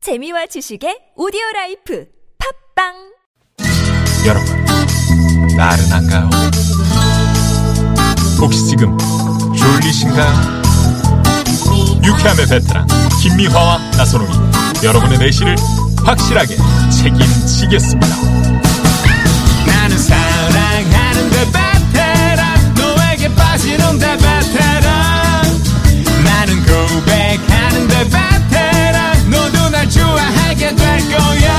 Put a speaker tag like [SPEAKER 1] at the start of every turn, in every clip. [SPEAKER 1] 재미와 지식의 오디오 라이프 팝빵
[SPEAKER 2] 여러분, 나른한가요? 혹시 지금 졸리신가요? 유쾌함의 베테랑 김미화와 나선홍이 여러분의 내실을 확실하게 책임지겠습니다.
[SPEAKER 3] 나는 사랑하는데 베테랑 너에게 빠지는데 베테랑 나는 고백하는데 베테랑 너도 날 좋아하게 될 거야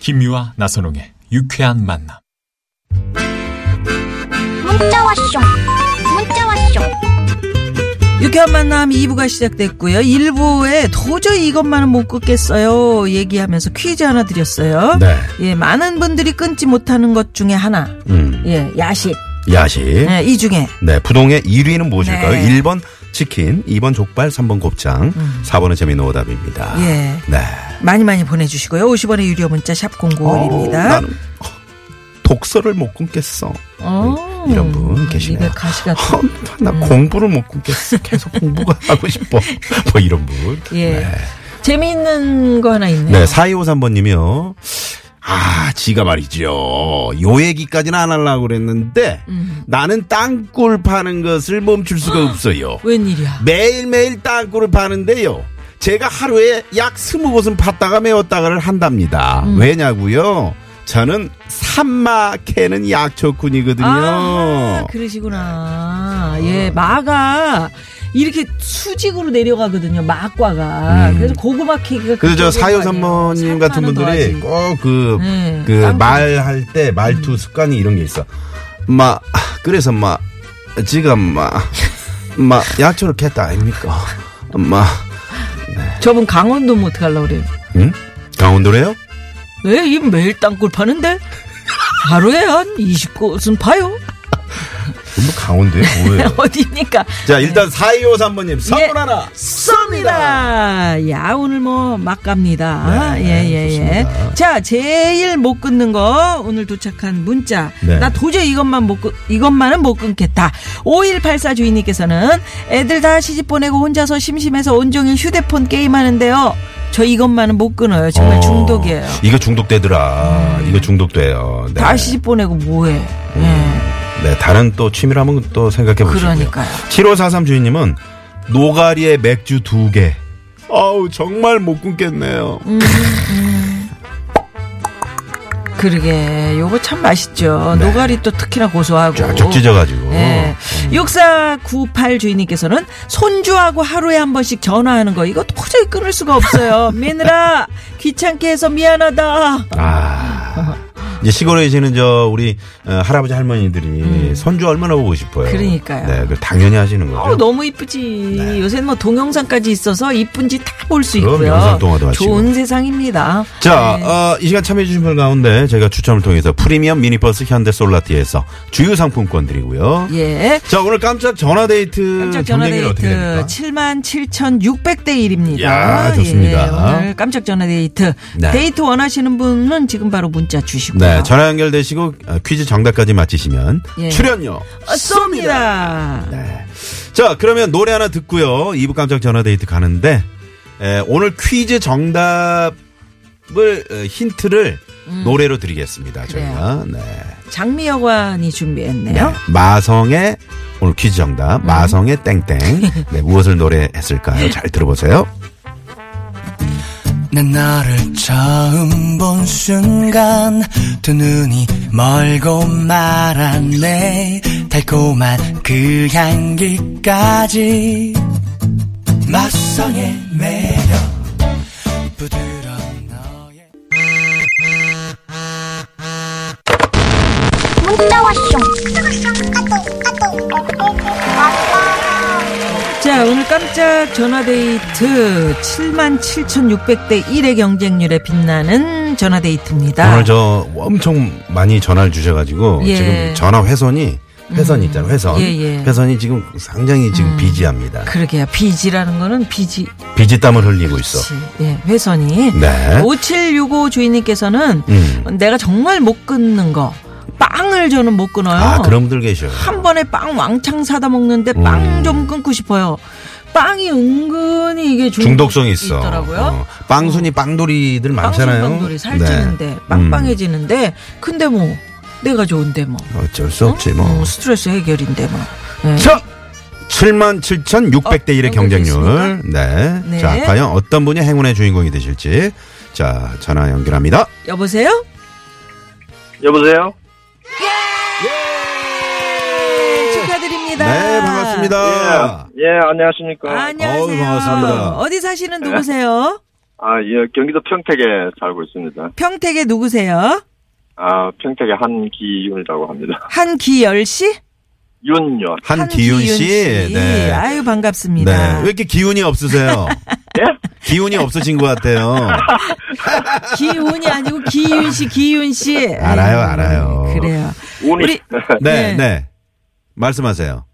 [SPEAKER 2] 김미화 나선홍의 유쾌한 만남.
[SPEAKER 4] 문자 왔쇼. 문자 왔쇼.
[SPEAKER 5] 유쾌한 만남 2부가 시작됐고요. 1부에 도저히 이것만은 못 끊겠어요. 얘기하면서 퀴즈 하나 드렸어요.
[SPEAKER 6] 네.
[SPEAKER 5] 예, 많은 분들이 끊지 못하는 것 중에 하나.
[SPEAKER 6] 음.
[SPEAKER 5] 예, 야식.
[SPEAKER 6] 야식.
[SPEAKER 5] 예, 이 중에.
[SPEAKER 6] 네, 부동의 1위는 무엇일까요?
[SPEAKER 5] 네.
[SPEAKER 6] 1번 치킨, 2번 족발, 3번 곱창, 4번은 재미있는 오답입니다.
[SPEAKER 5] 음. 예.
[SPEAKER 6] 네.
[SPEAKER 5] 많이 많이 보내주시고요. 50원의 유료 문자 샵
[SPEAKER 6] 어,
[SPEAKER 5] 0951입니다.
[SPEAKER 6] 나는 어, 독서를 못 끊겠어. 이런 분 계시네요.
[SPEAKER 5] 입에 가시가.
[SPEAKER 6] 어, 나
[SPEAKER 5] 음.
[SPEAKER 6] 공부를 못 끊겠어. 계속 공부가 하고 싶어. 뭐 이런 분.
[SPEAKER 5] 예.
[SPEAKER 6] 네.
[SPEAKER 5] 재미있는 거 하나 있네요.
[SPEAKER 6] 네, 4253번님이요. 아, 지가 말이죠. 요 얘기까지는 안 하려고 그랬는데,
[SPEAKER 5] 음.
[SPEAKER 6] 나는 땅굴 파는 것을 멈출 수가 없어요.
[SPEAKER 5] 웬일이야.
[SPEAKER 6] 매일매일 땅굴을 파는데요. 제가 하루에 약 스무 곳은 팠다가 메웠다가를 한답니다.
[SPEAKER 5] 음.
[SPEAKER 6] 왜냐고요? 저는 산마 캐는 약초꾼이거든요. 아.
[SPEAKER 5] 아, 그러시구나. 예, 마가 이렇게 수직으로 내려가거든요. 막과가. 그래서 고구마 캐기가.
[SPEAKER 6] 음. 그래서 저
[SPEAKER 5] 그렇게 어려운 거 아니에요.
[SPEAKER 6] 사요산모님 같은
[SPEAKER 5] 살만 하나
[SPEAKER 6] 분들이
[SPEAKER 5] 더 하지.
[SPEAKER 6] 꼭 그,
[SPEAKER 5] 네,
[SPEAKER 6] 그
[SPEAKER 5] 땅굴. 음.
[SPEAKER 6] 말할 때 말투 습관이 이런 게 있어. 마, 그래서 마, 지금 마, 마, 약초를 캤다 아닙니까? 마,
[SPEAKER 5] 저분 강원도 못 가려고 그래요.
[SPEAKER 6] 응? 강원도래요?
[SPEAKER 5] 네, 이 매일 땅굴 파는데? 하루에 한 20곳은 파요.
[SPEAKER 6] 뭐 강원도에 뭐예요?
[SPEAKER 5] 어디니까.
[SPEAKER 6] 자,
[SPEAKER 5] 네.
[SPEAKER 6] 일단
[SPEAKER 5] 예.
[SPEAKER 6] 4253번님 선물 하나 쏩니다.
[SPEAKER 5] 쏩니다. 야, 오늘 뭐, 막 갑니다.
[SPEAKER 6] 네,
[SPEAKER 5] 예, 예,
[SPEAKER 6] 좋습니다.
[SPEAKER 5] 예. 자, 제일 못 끊는 거, 오늘 도착한 문자.
[SPEAKER 6] 네.
[SPEAKER 5] 나 도저히 이것만 못, 끊, 이것만은 못 끊겠다. 5184 주인님께서는 애들 다 시집 보내고 혼자서 심심해서 온종일 휴대폰 게임하는데요. 저 이것만은 못 끊어요. 정말
[SPEAKER 6] 어,
[SPEAKER 5] 중독이에요. 음.
[SPEAKER 6] 이거 중독되더라. 이거 중독돼요. 네.
[SPEAKER 5] 다 시집 보내고 뭐해. 예.
[SPEAKER 6] 네, 다른 또 취미를 한번 또 생각해 보시고요.
[SPEAKER 5] 그러니까요.
[SPEAKER 6] 7543 주인님은 노가리에 맥주 두 개. 아우, 정말 못 굶겠네요.
[SPEAKER 5] 음. 그러게. 요거 참 맛있죠.
[SPEAKER 6] 네.
[SPEAKER 5] 노가리 또 특히나 고소하고.
[SPEAKER 6] 쫙쫙 아, 찢어가지고.
[SPEAKER 5] 예. 6498 주인님께서는 손주하고 하루에 한 번씩 전화하는 거 이거 도저히 끊을 수가 없어요. 며느라 귀찮게 해서 미안하다. 어,
[SPEAKER 6] 아. 이제 시골에 계시는 저 우리 어, 할아버지 할머니들이 손주 얼마나 보고 싶어요.
[SPEAKER 5] 음. 그러니까요.
[SPEAKER 6] 네, 그걸 당연히 하시는 거죠.
[SPEAKER 5] 어, 너무 이쁘지. 요새는 뭐 동영상까지 있어서 이쁜지 다 볼 수
[SPEAKER 6] 네. 그럼 영상
[SPEAKER 5] 있고요.
[SPEAKER 6] 통화도 하시고.
[SPEAKER 5] 좋은 세상입니다.
[SPEAKER 6] 자, 어, 이 시간 참여해주신 분 가운데 저희가 추첨을 통해서 프리미엄 미니버스 현대 솔라티에서 주유 상품권 드리고요.
[SPEAKER 5] 예.
[SPEAKER 6] 자, 오늘 깜짝 음, 전화데이트
[SPEAKER 5] 깜짝
[SPEAKER 6] 경쟁률이
[SPEAKER 5] 전화데이트
[SPEAKER 6] 어떻게 됩니까?
[SPEAKER 5] 77,600대 1입니다. 예,
[SPEAKER 6] 이야, 좋습니다.
[SPEAKER 5] 오늘 깜짝 전화데이트.
[SPEAKER 6] 네.
[SPEAKER 5] 데이트 원하시는 분은 지금 바로 문자 주시고요.
[SPEAKER 6] 네, 전화 연결되시고 어, 퀴즈 정답까지 맞히시면
[SPEAKER 5] 아. 예.
[SPEAKER 6] 출연료
[SPEAKER 5] 어, 쏩니다.
[SPEAKER 6] 네. 자, 그러면 노래 하나 듣고요. 2부 깜짝 전화데이트 가는데 에, 오늘 퀴즈 정답을 어, 힌트를 노래로 드리겠습니다. 저희가 네.
[SPEAKER 5] 장미여관이 준비했네요.
[SPEAKER 6] 마성의 오늘 퀴즈 정답 마성의 땡땡 네, 무엇을 노래했을까요? 잘 들어보세요.
[SPEAKER 7] 난 너를 처음 본 순간 두 눈이 멀고 말았네 달콤한 그 향기까지 맞성의 매력 부드러운 너의
[SPEAKER 4] 문자 왔쇼. 까똑, 까똑.
[SPEAKER 6] 네.
[SPEAKER 5] 자, 오늘 깜짝 전화데이트 77,600대 1의 경쟁률에 빛나는 전화데이트입니다.
[SPEAKER 6] 오늘 저 엄청 많이 전화를 주셔가지고
[SPEAKER 5] 아. 예.
[SPEAKER 6] 지금 전화 회선이 회선 있잖아요. 회선
[SPEAKER 5] 예, 음. 예.
[SPEAKER 6] 회선이 지금 상당히 지금 비지합니다.
[SPEAKER 5] 그러게요. 비지라는 거는 비지.
[SPEAKER 6] 비지 땀을 흘리고 있어.
[SPEAKER 5] 지- 예, 회선이.
[SPEAKER 6] 네.
[SPEAKER 5] 5765 주인님께서는
[SPEAKER 6] 음.
[SPEAKER 5] 내가 정말 못 끊는 거. 빵을 저는 못 끊어요.
[SPEAKER 6] 아 그런 분들 계셔. 음.
[SPEAKER 5] 한 번에 빵 왕창 사다 먹는데 빵 좀 끊고 싶어요. 빵이 은근히 이게 중-
[SPEAKER 6] 중독성이 있어.
[SPEAKER 5] 있더라고요.
[SPEAKER 6] 어. 빵순이 빵돌이들 많잖아요.
[SPEAKER 5] 빵순빵돌이 살찌는데
[SPEAKER 6] 네. 음,
[SPEAKER 5] 빵빵해지는데 근데 뭐 내가 좋은데 뭐
[SPEAKER 6] 어쩔 수 없지 뭐.
[SPEAKER 5] 어, 스트레스 해결인데 뭐 네.
[SPEAKER 6] 자, 77,600대
[SPEAKER 5] 어,
[SPEAKER 6] 1의 경쟁률. 네.
[SPEAKER 5] 네.
[SPEAKER 6] 자, 과연 어떤 분이 행운의 주인공이 되실지. 자, 전화 연결합니다.
[SPEAKER 5] 여보세요?
[SPEAKER 8] 여보세요?
[SPEAKER 5] 네, 축하드립니다.
[SPEAKER 6] 네, 반갑습니다.
[SPEAKER 8] 예, 안녕하십니까.
[SPEAKER 5] 안녕하세요.
[SPEAKER 6] 어우, 반갑습니다.
[SPEAKER 5] 어디 사시는 누구세요?
[SPEAKER 8] 아, 예, 경기도 평택에 살고 있습니다.
[SPEAKER 5] 평택의 누구세요?
[SPEAKER 8] 아, 평택의 한기윤이라고 합니다.
[SPEAKER 5] 한기열 씨?
[SPEAKER 8] 윤요.
[SPEAKER 6] 한기윤 씨. 네.
[SPEAKER 5] 아유
[SPEAKER 6] 네.
[SPEAKER 5] 반갑습니다.
[SPEAKER 6] 왜 이렇게 기운이 없으세요?
[SPEAKER 8] 예?
[SPEAKER 6] 기운이 없으신 것 같아요.
[SPEAKER 5] 기운이 아니고 기윤 씨, 기윤 씨.
[SPEAKER 6] 알아요,
[SPEAKER 5] 아유,
[SPEAKER 6] 알아요.
[SPEAKER 5] 그래요.
[SPEAKER 8] 운이.
[SPEAKER 5] 우리 네.
[SPEAKER 6] 네, 네. 말씀하세요.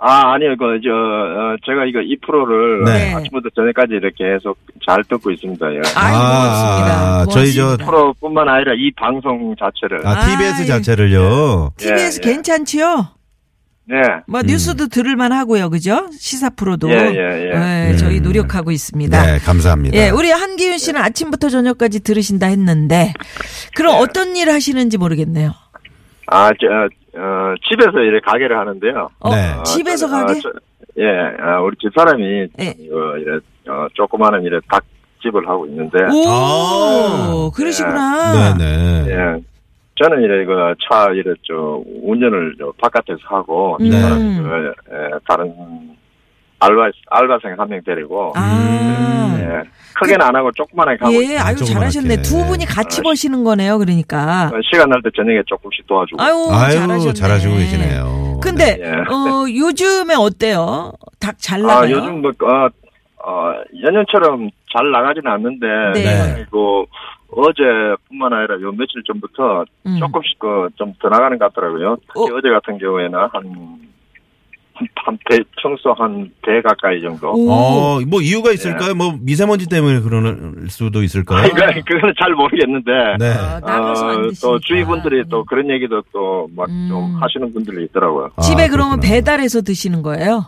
[SPEAKER 8] 아, 아니요, 그, 저, 어, 제가 이거 이 프로를
[SPEAKER 6] 네.
[SPEAKER 8] 아침부터 저녁까지 이렇게 계속 잘 듣고 있습니다. 예.
[SPEAKER 5] 아유
[SPEAKER 6] 아,
[SPEAKER 5] 고맙습니다.
[SPEAKER 6] 저희 저-
[SPEAKER 5] 고맙습니다.
[SPEAKER 8] 프로뿐만 아니라 이 방송 자체를.
[SPEAKER 6] 아, TBS
[SPEAKER 5] 아이.
[SPEAKER 6] 자체를요.
[SPEAKER 5] TBS
[SPEAKER 8] 예, 예.
[SPEAKER 5] 괜찮지요?
[SPEAKER 8] 네.
[SPEAKER 5] 뭐
[SPEAKER 6] 음.
[SPEAKER 5] 뉴스도 들을만 하고요, 그죠? 시사 프로도.
[SPEAKER 8] 예, 예, 예.
[SPEAKER 5] 네, 저희
[SPEAKER 6] 음.
[SPEAKER 5] 노력하고 있습니다.
[SPEAKER 6] 네, 감사합니다.
[SPEAKER 5] 예, 우리 한기윤 씨는 아침부터 저녁까지 들으신다 했는데, 그럼
[SPEAKER 8] 예.
[SPEAKER 5] 어떤 일을 하시는지 모르겠네요.
[SPEAKER 8] 아, 저, 어, 집에서 이렇게 가게를 하는데요.
[SPEAKER 5] 어,
[SPEAKER 6] 네.
[SPEAKER 8] 어,
[SPEAKER 5] 집에서
[SPEAKER 8] 저는,
[SPEAKER 5] 가게?
[SPEAKER 8] 아, 저- 예, 아, 우리 집사람이
[SPEAKER 5] 예.
[SPEAKER 8] 이거 이래 어, 조그마한 이래 닭집을 하고 있는데
[SPEAKER 5] 오, 그러시구나.
[SPEAKER 6] 아. 네, 네.
[SPEAKER 8] 예. 저는 이래 그 차 이래 저 운전을 저 바깥에서 하고
[SPEAKER 5] 음.
[SPEAKER 8] 집사람이 그, 예, 다른 알바 알바생 한 명 데리고
[SPEAKER 5] 아,
[SPEAKER 8] 예. 크게는 안 하고 조그만하게 하고
[SPEAKER 5] 예, 아유,
[SPEAKER 6] 조그맣게.
[SPEAKER 5] 잘하셨네. 두 분이 같이 버시는 거네요, 그러니까.
[SPEAKER 8] 있어요. 시간 날 때 저녁에 조금씩 도와주고
[SPEAKER 5] 아유,
[SPEAKER 6] 아유,
[SPEAKER 5] 잘하셨네.
[SPEAKER 6] 잘하시고 계시네요.
[SPEAKER 5] 근데,
[SPEAKER 8] 네.
[SPEAKER 5] 어, 요즘에 어때요? 닭 잘
[SPEAKER 8] 아,
[SPEAKER 5] 나가요?
[SPEAKER 8] 요즘 뭐 어, 어, 연년처럼 잘 나가지는 않는데
[SPEAKER 5] 네.
[SPEAKER 6] 네.
[SPEAKER 8] 그리고 어제뿐만 아니라 요 며칠 전부터
[SPEAKER 5] 음.
[SPEAKER 8] 조금씩 그 좀 더 나가는 것 같더라고요. 특히 어? 제 같은 경우에는 한, 한 배, 평소 한 배 가까이 정도.
[SPEAKER 5] 오.
[SPEAKER 6] 어, 뭐 이유가 있을까요? 뭐 미세먼지 때문에 그럴 수도 있을까요?
[SPEAKER 8] 그거는잘 모르겠는데.
[SPEAKER 6] 네.
[SPEAKER 5] 아, 나가서 안
[SPEAKER 8] 어,
[SPEAKER 5] 드시니까.
[SPEAKER 8] 또 주위 분들이 또 그런 얘기도 또 막 좀
[SPEAKER 5] 음.
[SPEAKER 8] 하시는 분들이 있더라고요.
[SPEAKER 6] 아,
[SPEAKER 5] 집에 그러면
[SPEAKER 6] 그렇구나.
[SPEAKER 5] 배달해서 드시는 거예요?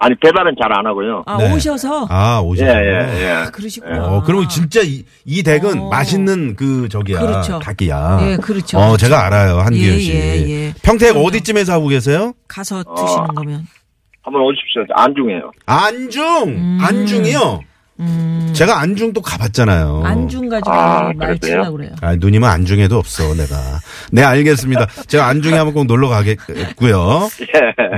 [SPEAKER 8] 아니 배달은 잘 안 하고요.
[SPEAKER 5] 아,
[SPEAKER 6] 네.
[SPEAKER 5] 오셔서? 아,
[SPEAKER 6] 아, 오시
[SPEAKER 8] 예예 예. 예.
[SPEAKER 5] 그러시구나.
[SPEAKER 6] 어, 그러면 진짜 이, 이 댁은
[SPEAKER 5] 아. 어.
[SPEAKER 6] 맛있는 그 저기야.
[SPEAKER 5] 그렇죠.
[SPEAKER 6] 닭이야.
[SPEAKER 5] 예, 그렇죠.
[SPEAKER 6] 어, 제가 알아요. 한기현
[SPEAKER 5] 예,
[SPEAKER 6] 씨.
[SPEAKER 5] 예, 예.
[SPEAKER 6] 평택 어디쯤에서 하고 계세요?
[SPEAKER 5] 가서
[SPEAKER 8] 어.
[SPEAKER 5] 드시는 거면.
[SPEAKER 8] 한번 오십시오. 안중해요.
[SPEAKER 6] 안중.
[SPEAKER 5] 음.
[SPEAKER 6] 안중이요. 제가 안중 또 가봤잖아요.
[SPEAKER 5] 안중 가지고
[SPEAKER 8] 아,
[SPEAKER 5] 말
[SPEAKER 8] 그러세요?
[SPEAKER 5] 치려고 그래요.
[SPEAKER 6] 아, 누님은 안중에도 없어, 내가. 네, 알겠습니다. 제가 안중에 한번 꼭 놀러 가겠고요.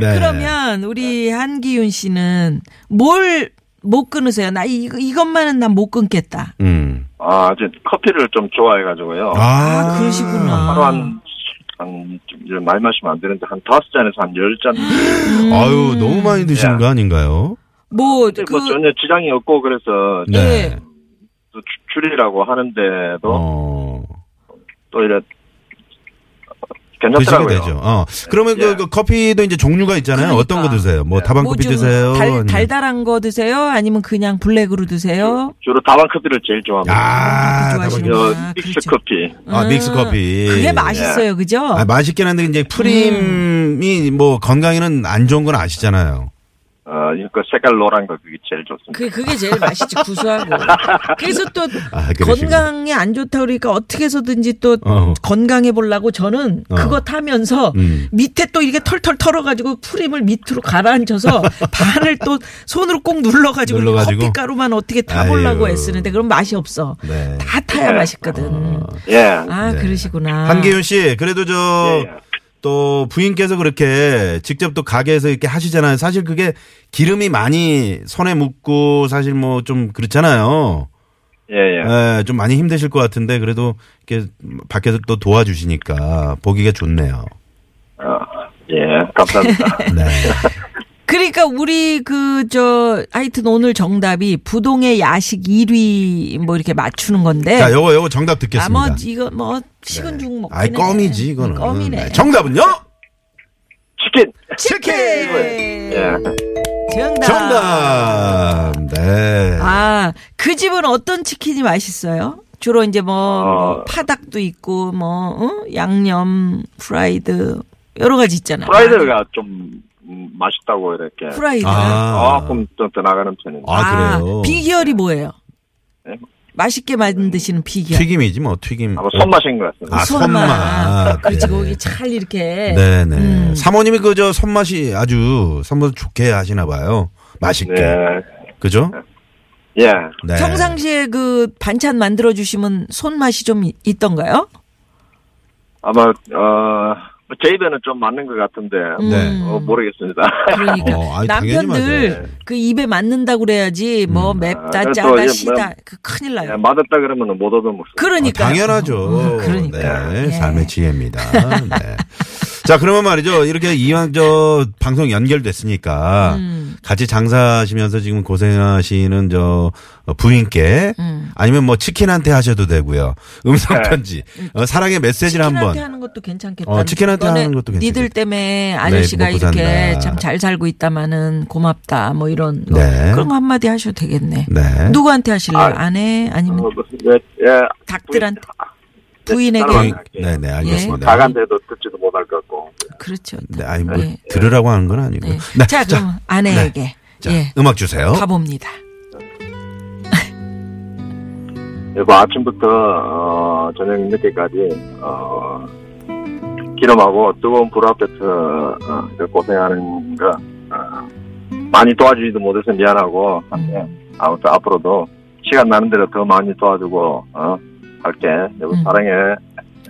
[SPEAKER 6] 네.
[SPEAKER 5] 그러면 우리 한기윤 씨는 뭘 못 끊으세요? 나 이, 이것만은 난 못 끊겠다.
[SPEAKER 6] 음.
[SPEAKER 8] 아, 이제 커피를 좀 좋아해가지고요.
[SPEAKER 5] 아, 그러시구나.
[SPEAKER 8] 하루 한, 한, 좀 이런 많이 마시면 안 되는데, 한 다섯 잔에서 한 열 잔.
[SPEAKER 5] 아, 음.
[SPEAKER 6] 아유, 너무 많이 드시는 거 아닌가요?
[SPEAKER 5] 뭐,
[SPEAKER 8] 근데
[SPEAKER 5] 그,
[SPEAKER 8] 뭐 전혀 지장이 없고, 그래서
[SPEAKER 6] 네.
[SPEAKER 5] 예.
[SPEAKER 8] 또 줄- 줄이라고 하는데도,
[SPEAKER 6] 어.
[SPEAKER 8] 또 이래, 어,
[SPEAKER 6] 드시게
[SPEAKER 8] 괜찮더라고요.
[SPEAKER 6] 되죠. 어. 그러면 그,
[SPEAKER 8] 예.
[SPEAKER 6] 그 커피도 이제 종류가 있잖아요. 어떤 거
[SPEAKER 5] 그러니까.
[SPEAKER 6] 드세요? 뭐 다방
[SPEAKER 5] 뭐
[SPEAKER 6] 커피
[SPEAKER 5] 좀
[SPEAKER 6] 드세요? 네.
[SPEAKER 5] 달,
[SPEAKER 6] 아니면-
[SPEAKER 5] 달달한 거 드세요? 아니면 그냥 블랙으로 드세요?
[SPEAKER 8] 주로 다방 커피를 제일 좋아합니다.
[SPEAKER 5] 커피
[SPEAKER 6] 아, 다방
[SPEAKER 5] 좋아하시는
[SPEAKER 6] 커피.
[SPEAKER 8] 저,
[SPEAKER 5] 아,
[SPEAKER 8] 믹스
[SPEAKER 5] 그렇죠.
[SPEAKER 8] 커피.
[SPEAKER 6] 아, 믹스 커피.
[SPEAKER 5] 그게
[SPEAKER 8] 예.
[SPEAKER 5] 맛있어요, 그죠?
[SPEAKER 6] 아, 맛있긴 한데 이제 프림이 뭐 건강에는 안 좋은 건 아시잖아요.
[SPEAKER 8] 어, 이거 색깔 노란 거, 그게 제일 좋습니다.
[SPEAKER 5] 그, 그게 제일 맛있지, 구수하고. 그래서 또
[SPEAKER 6] 아, 그러시구나.
[SPEAKER 5] 건강에 안 좋다 그러니까 어떻게 해서든지 또
[SPEAKER 6] 어.
[SPEAKER 5] 건강해 보려고 저는
[SPEAKER 6] 어.
[SPEAKER 5] 그거 타면서
[SPEAKER 6] 음.
[SPEAKER 5] 밑에 또 이렇게 털털 털어가지고 프림을 밑으로 가라앉혀서 반을 또 손으로 꼭 눌러가지고,
[SPEAKER 6] 눌러가지고?
[SPEAKER 5] 커피가루만 어떻게 타보려고
[SPEAKER 6] 아유.
[SPEAKER 5] 애쓰는데 그럼 맛이 없어.
[SPEAKER 6] 네. 어.
[SPEAKER 5] 다 타야 맛있거든.
[SPEAKER 8] 예.
[SPEAKER 5] 아, 그러시구나.
[SPEAKER 6] 한기윤 씨, 그래도 저,
[SPEAKER 8] 예, 예.
[SPEAKER 6] 또 부인께서 그렇게 직접 또 가게에서 이렇게 하시잖아요. 사실 그게 기름이 많이 손에 묻고 사실 뭐 좀 그렇잖아요.
[SPEAKER 8] 예, 예.
[SPEAKER 6] 예, 좀 많이 힘드실 것 같은데 그래도 이렇게 밖에서 또 도와주시니까 보기가 좋네요.
[SPEAKER 8] 어, 예, 감사합니다.
[SPEAKER 6] 네.
[SPEAKER 5] 그러니까 우리 그 저 하여튼 오늘 정답이 부동의 야식 1위 뭐 이렇게 맞추는 건데.
[SPEAKER 6] 자, 요거 요거 정답 듣겠습니다. 네.
[SPEAKER 5] 아뭐 이거 뭐 식은 죽 먹기.
[SPEAKER 6] 아이 껌이지 이거는.
[SPEAKER 5] 껌이네.
[SPEAKER 6] 네, 정답은요?
[SPEAKER 8] 치킨!
[SPEAKER 5] 치킨.
[SPEAKER 8] 예.
[SPEAKER 5] 정답.
[SPEAKER 6] 정답. 네.
[SPEAKER 5] 아, 그 집은 어떤 치킨이 맛있어요? 주로 이제 뭐, 뭐
[SPEAKER 8] 어.
[SPEAKER 5] 파닭도 있고 뭐 어? 양념 프라이드 여러 가지 있잖아요.
[SPEAKER 8] 프라이드가 좀 음, 맛있다고 이렇게
[SPEAKER 5] 후라이드.
[SPEAKER 6] 아.
[SPEAKER 8] 조금 좀 떠나가는 편입니다.
[SPEAKER 6] 아, 그래요?
[SPEAKER 5] 비결이 뭐예요?
[SPEAKER 8] 네?
[SPEAKER 5] 맛있게 만드시는 비결.
[SPEAKER 6] 튀김이지 뭐 튀김.
[SPEAKER 8] 아마 손맛인 것 같습니다.
[SPEAKER 6] 아, 손맛.
[SPEAKER 5] 그렇지,
[SPEAKER 6] 네.
[SPEAKER 5] 거기 잘 이렇게.
[SPEAKER 6] 네네.
[SPEAKER 5] 음.
[SPEAKER 6] 사모님이 그저 손맛이 아주 손맛 좋게 하시나 봐요. 맛있게.
[SPEAKER 8] 네.
[SPEAKER 6] 그죠?
[SPEAKER 8] 예.
[SPEAKER 6] 네.
[SPEAKER 5] 평상시에 그 반찬 만들어 주시면 손맛이 좀 이- 있던가요?
[SPEAKER 8] 아마, 어, 제 입에는 좀 맞는 것 같은데,
[SPEAKER 6] 네.
[SPEAKER 8] 어, 모르겠습니다.
[SPEAKER 5] 그러니까
[SPEAKER 6] 어, 아니, 당연히 맞아요. 음.
[SPEAKER 5] 남편들 그 입에 맞는다 그래야지 뭐
[SPEAKER 8] 아,
[SPEAKER 5] 맵다
[SPEAKER 8] 또
[SPEAKER 5] 짜다
[SPEAKER 8] 이제 뭐-
[SPEAKER 5] 시다 그 큰일
[SPEAKER 8] 예,
[SPEAKER 5] 나요.
[SPEAKER 8] 맞았다 그러면 못 얻어먹습니다.
[SPEAKER 5] 그러니까
[SPEAKER 6] 아, 당연하죠.
[SPEAKER 5] 그러니까.
[SPEAKER 6] 네,
[SPEAKER 5] 예.
[SPEAKER 6] 삶의 지혜입니다. 네. 자, 그러면 말이죠. 이렇게 이왕 저 방송 연결됐으니까
[SPEAKER 5] 음.
[SPEAKER 6] 같이 장사하시면서 지금 고생하시는 저 부인께
[SPEAKER 5] 음.
[SPEAKER 6] 아니면 뭐 치킨한테 하셔도 되고요. 음성 편지, 어, 사랑의 메시지를
[SPEAKER 5] 치킨한테
[SPEAKER 6] 한번.
[SPEAKER 5] 하는 것도 괜찮겠다.
[SPEAKER 6] 어, 치킨한테
[SPEAKER 5] 너네
[SPEAKER 6] 하는 것도
[SPEAKER 5] 니들
[SPEAKER 6] 괜찮겠다. 네,
[SPEAKER 5] 때문에 아저씨가
[SPEAKER 6] 먹고
[SPEAKER 5] 이렇게
[SPEAKER 6] 산다.
[SPEAKER 5] 참 잘 살고 있다마는 고맙다. 뭐 이런 거.
[SPEAKER 6] 네.
[SPEAKER 5] 그런 거 한마디 하셔도 되겠네.
[SPEAKER 6] 네.
[SPEAKER 5] 누구한테 하실래요?
[SPEAKER 8] 아.
[SPEAKER 5] 아내 아니면
[SPEAKER 8] 어, 예, 예.
[SPEAKER 5] 닭들한테
[SPEAKER 8] 부인- 아,
[SPEAKER 5] 부인에게
[SPEAKER 6] 네, 네, 알겠습니다.
[SPEAKER 8] 나간데도 듣지도 못할 것 같고.
[SPEAKER 5] 그렇죠.
[SPEAKER 6] 네, 아니 뭐
[SPEAKER 5] 네.
[SPEAKER 6] 들으라고 하는 건 아니고.
[SPEAKER 5] 네.
[SPEAKER 6] 네.
[SPEAKER 5] 자, 그럼 아내에게
[SPEAKER 6] 자, 어?
[SPEAKER 5] 예
[SPEAKER 6] 음악 주세요.
[SPEAKER 5] 가봅니다.
[SPEAKER 8] 그리고 아침부터, 어, 저녁 늦게까지, 어, 기름하고 뜨거운 불 앞에서 어, 이렇게 고생하는 거, 어, 많이 도와주지도 못해서 미안하고, 한데,
[SPEAKER 5] 음.
[SPEAKER 8] 아무튼 앞으로도 시간 나는 대로 더 많이 도와주고, 어, 할게. 여보,
[SPEAKER 5] 음.
[SPEAKER 8] 사랑해.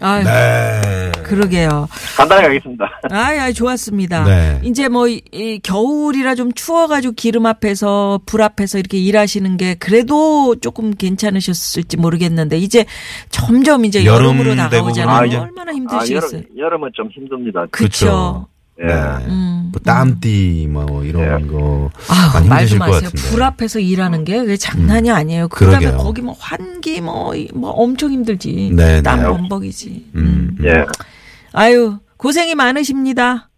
[SPEAKER 5] 아유,
[SPEAKER 6] 네.
[SPEAKER 5] 그러게요.
[SPEAKER 8] 간단히 가겠습니다.
[SPEAKER 5] 아이, 아이, 좋았습니다.
[SPEAKER 6] 네.
[SPEAKER 5] 이제 뭐, 이, 이 겨울이라 좀 추워가지고 기름 앞에서, 불 앞에서 이렇게 일하시는 게 그래도 조금 괜찮으셨을지 모르겠는데, 이제 점점 이제
[SPEAKER 6] 여름
[SPEAKER 5] 여름으로
[SPEAKER 6] 되고
[SPEAKER 8] 그러면
[SPEAKER 5] 나가오잖아요.
[SPEAKER 8] 이제-
[SPEAKER 5] 얼마나
[SPEAKER 8] 아,
[SPEAKER 5] 힘드시겠어요.
[SPEAKER 8] 여름, 여름은 좀 힘듭니다.
[SPEAKER 5] 그쵸.
[SPEAKER 8] 예.
[SPEAKER 6] 네.
[SPEAKER 5] 음.
[SPEAKER 6] 뭐 땀띠 뭐 이런 거
[SPEAKER 5] 아,
[SPEAKER 6] 많이
[SPEAKER 5] 말도
[SPEAKER 6] 힘드실 것
[SPEAKER 5] 마세요.
[SPEAKER 6] 같은데.
[SPEAKER 5] 불 앞에서 일하는 게 그게 장난이 아니에요. 그 다음에
[SPEAKER 6] 그러게요.
[SPEAKER 5] 거기 뭐 환기 뭐, 이- 뭐 엄청 힘들지.
[SPEAKER 6] 네,
[SPEAKER 5] 땀
[SPEAKER 6] 네.
[SPEAKER 5] 범벅이지.
[SPEAKER 6] 음.
[SPEAKER 8] 예.
[SPEAKER 5] 아유, 고생이 많으십니다.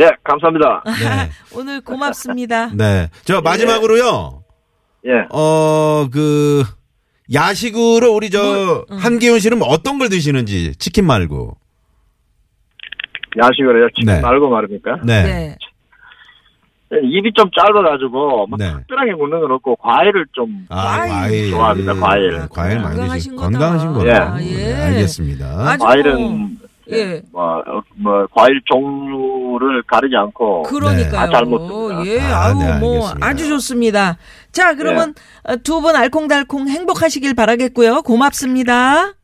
[SPEAKER 8] 예,
[SPEAKER 5] 아.
[SPEAKER 8] 감사합니다.
[SPEAKER 6] 네.
[SPEAKER 5] 오늘 고맙습니다.
[SPEAKER 6] 네. 저 마지막으로요.
[SPEAKER 8] 예.
[SPEAKER 6] 어, 그 야식으로 우리 저
[SPEAKER 5] 어.
[SPEAKER 6] 한기훈 씨는 뭐 어떤 걸 드시는지 치킨 말고.
[SPEAKER 8] 야식을 해요. 지금
[SPEAKER 6] 네.
[SPEAKER 8] 말고 말입니까? 예,
[SPEAKER 6] 네.
[SPEAKER 5] 네.
[SPEAKER 8] 입이 좀 짧아가지고, 막
[SPEAKER 6] 네.
[SPEAKER 8] 특별하게 먹는 건 없고, 과일을 좀.
[SPEAKER 6] 아, 과일.
[SPEAKER 8] 좋아합니다, 과일.
[SPEAKER 6] 네, 과일 많이
[SPEAKER 5] 건강하신
[SPEAKER 6] 드시고. 건강하신
[SPEAKER 5] 거다.
[SPEAKER 6] 거다.
[SPEAKER 5] 예.
[SPEAKER 6] 네, 알겠습니다.
[SPEAKER 5] 아주 뭐,
[SPEAKER 8] 과일은,
[SPEAKER 5] 예.
[SPEAKER 8] 뭐, 어, 뭐, 과일 종류를 가리지
[SPEAKER 6] 어,
[SPEAKER 8] 않고.
[SPEAKER 5] 그러니까요.
[SPEAKER 8] 아, 잘 먹습니다.
[SPEAKER 5] 예,
[SPEAKER 6] 네. 아,
[SPEAKER 5] 아우
[SPEAKER 6] 네,
[SPEAKER 5] 뭐
[SPEAKER 6] 알겠습니다. 네.
[SPEAKER 5] 아주 좋습니다. 자, 그러면 어, 두 분 알콩달콩 행복하시길 바라겠고요. 고맙습니다.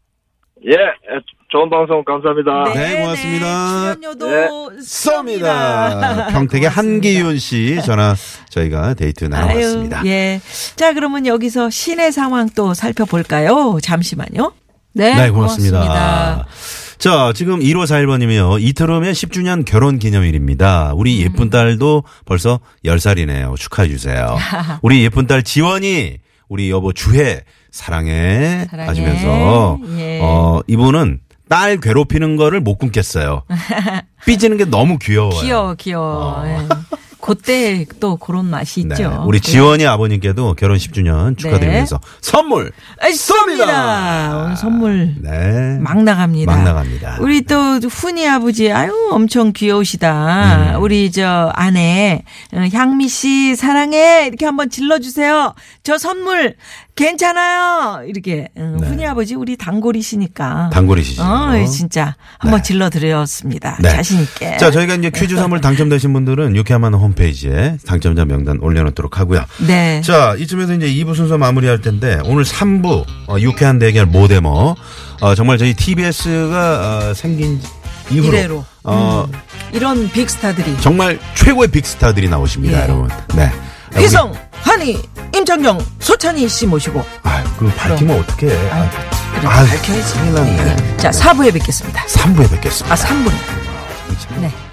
[SPEAKER 8] 예, 예, 좋은 방송 감사합니다.
[SPEAKER 6] 네, 고맙습니다. 네.
[SPEAKER 5] 출연료도
[SPEAKER 6] 쏩니다.
[SPEAKER 5] 고맙습니다.
[SPEAKER 6] 평택의 한기윤 씨 전화 저희가 데이트 나눠봤습니다.
[SPEAKER 5] 아유, 예. 자, 그러면 여기서 시내 상황 또 살펴볼까요? 잠시만요. 네,
[SPEAKER 6] 네, 고맙습니다. 자, 지금 1호 41번님이요. 이틀 후면 10주년 결혼 기념일입니다.
[SPEAKER 5] 음.
[SPEAKER 6] 우리 예쁜 딸도 벌써 10살이네요. 축하해주세요. 우리 예쁜 딸 지원이 우리 여보 주혜 사랑해.
[SPEAKER 5] 사랑해.
[SPEAKER 6] 하시면서,
[SPEAKER 5] 예.
[SPEAKER 6] 어, 이분은 딸 괴롭히는 거를 못 끊겠어요. 삐지는 게 너무 귀여워요. 어.
[SPEAKER 5] 귀여워, 귀여워. 예. 그때 또 그런 맛이
[SPEAKER 6] 네,
[SPEAKER 5] 있죠.
[SPEAKER 6] 우리
[SPEAKER 5] 예.
[SPEAKER 6] 지원이 아버님께도 결혼 10주년 축하드리면서 선물
[SPEAKER 5] 아이, 쏩니다. 오늘 선물
[SPEAKER 6] 네.
[SPEAKER 5] 막 나갑니다.
[SPEAKER 6] 막 나갑니다.
[SPEAKER 5] 우리 또 훈이 아버지 아유 엄청 귀여우시다.
[SPEAKER 6] 음.
[SPEAKER 5] 우리 저 아내 어, 향미 씨 사랑해 이렇게 한번 질러 주세요. 저 선물 괜찮아요. 이렇게 어, 훈이 아버지 우리 단골이시니까.
[SPEAKER 6] 네. 단골이시죠.
[SPEAKER 5] 어, 진짜 한번 질러 드렸습니다.
[SPEAKER 6] 네.
[SPEAKER 5] 자신 있게.
[SPEAKER 6] 자, 저희가 이제 퀴즈 선물 당첨되신 분들은 유쾌한 홈페이지에 당첨자 명단 올려놓도록 하고요.
[SPEAKER 5] 네.
[SPEAKER 6] 자, 이쯤에서 이제 2부 순서 마무리할 텐데 오늘 3부 어, 유쾌한 대결 모데모 어, 정말 저희 TBS가 어, 생긴 이후로
[SPEAKER 5] 이래로. 음.
[SPEAKER 6] 어,
[SPEAKER 5] 이런 빅스타들이
[SPEAKER 6] 정말 최고의 빅스타들이 나오십니다,
[SPEAKER 5] 예.
[SPEAKER 6] 여러분. 네.
[SPEAKER 5] 희성, 환희, 임창정, 소찬희 씨 모시고
[SPEAKER 6] 아, 그 밝히면 어떡해. 아,
[SPEAKER 5] 그래,
[SPEAKER 6] 아,
[SPEAKER 5] 밝혀야지.
[SPEAKER 6] 큰일 났네.
[SPEAKER 5] 자, 4부에 뵙겠습니다.
[SPEAKER 6] 3부에 뵙겠습니다.
[SPEAKER 5] 아, 3분.
[SPEAKER 6] 참.
[SPEAKER 5] 네.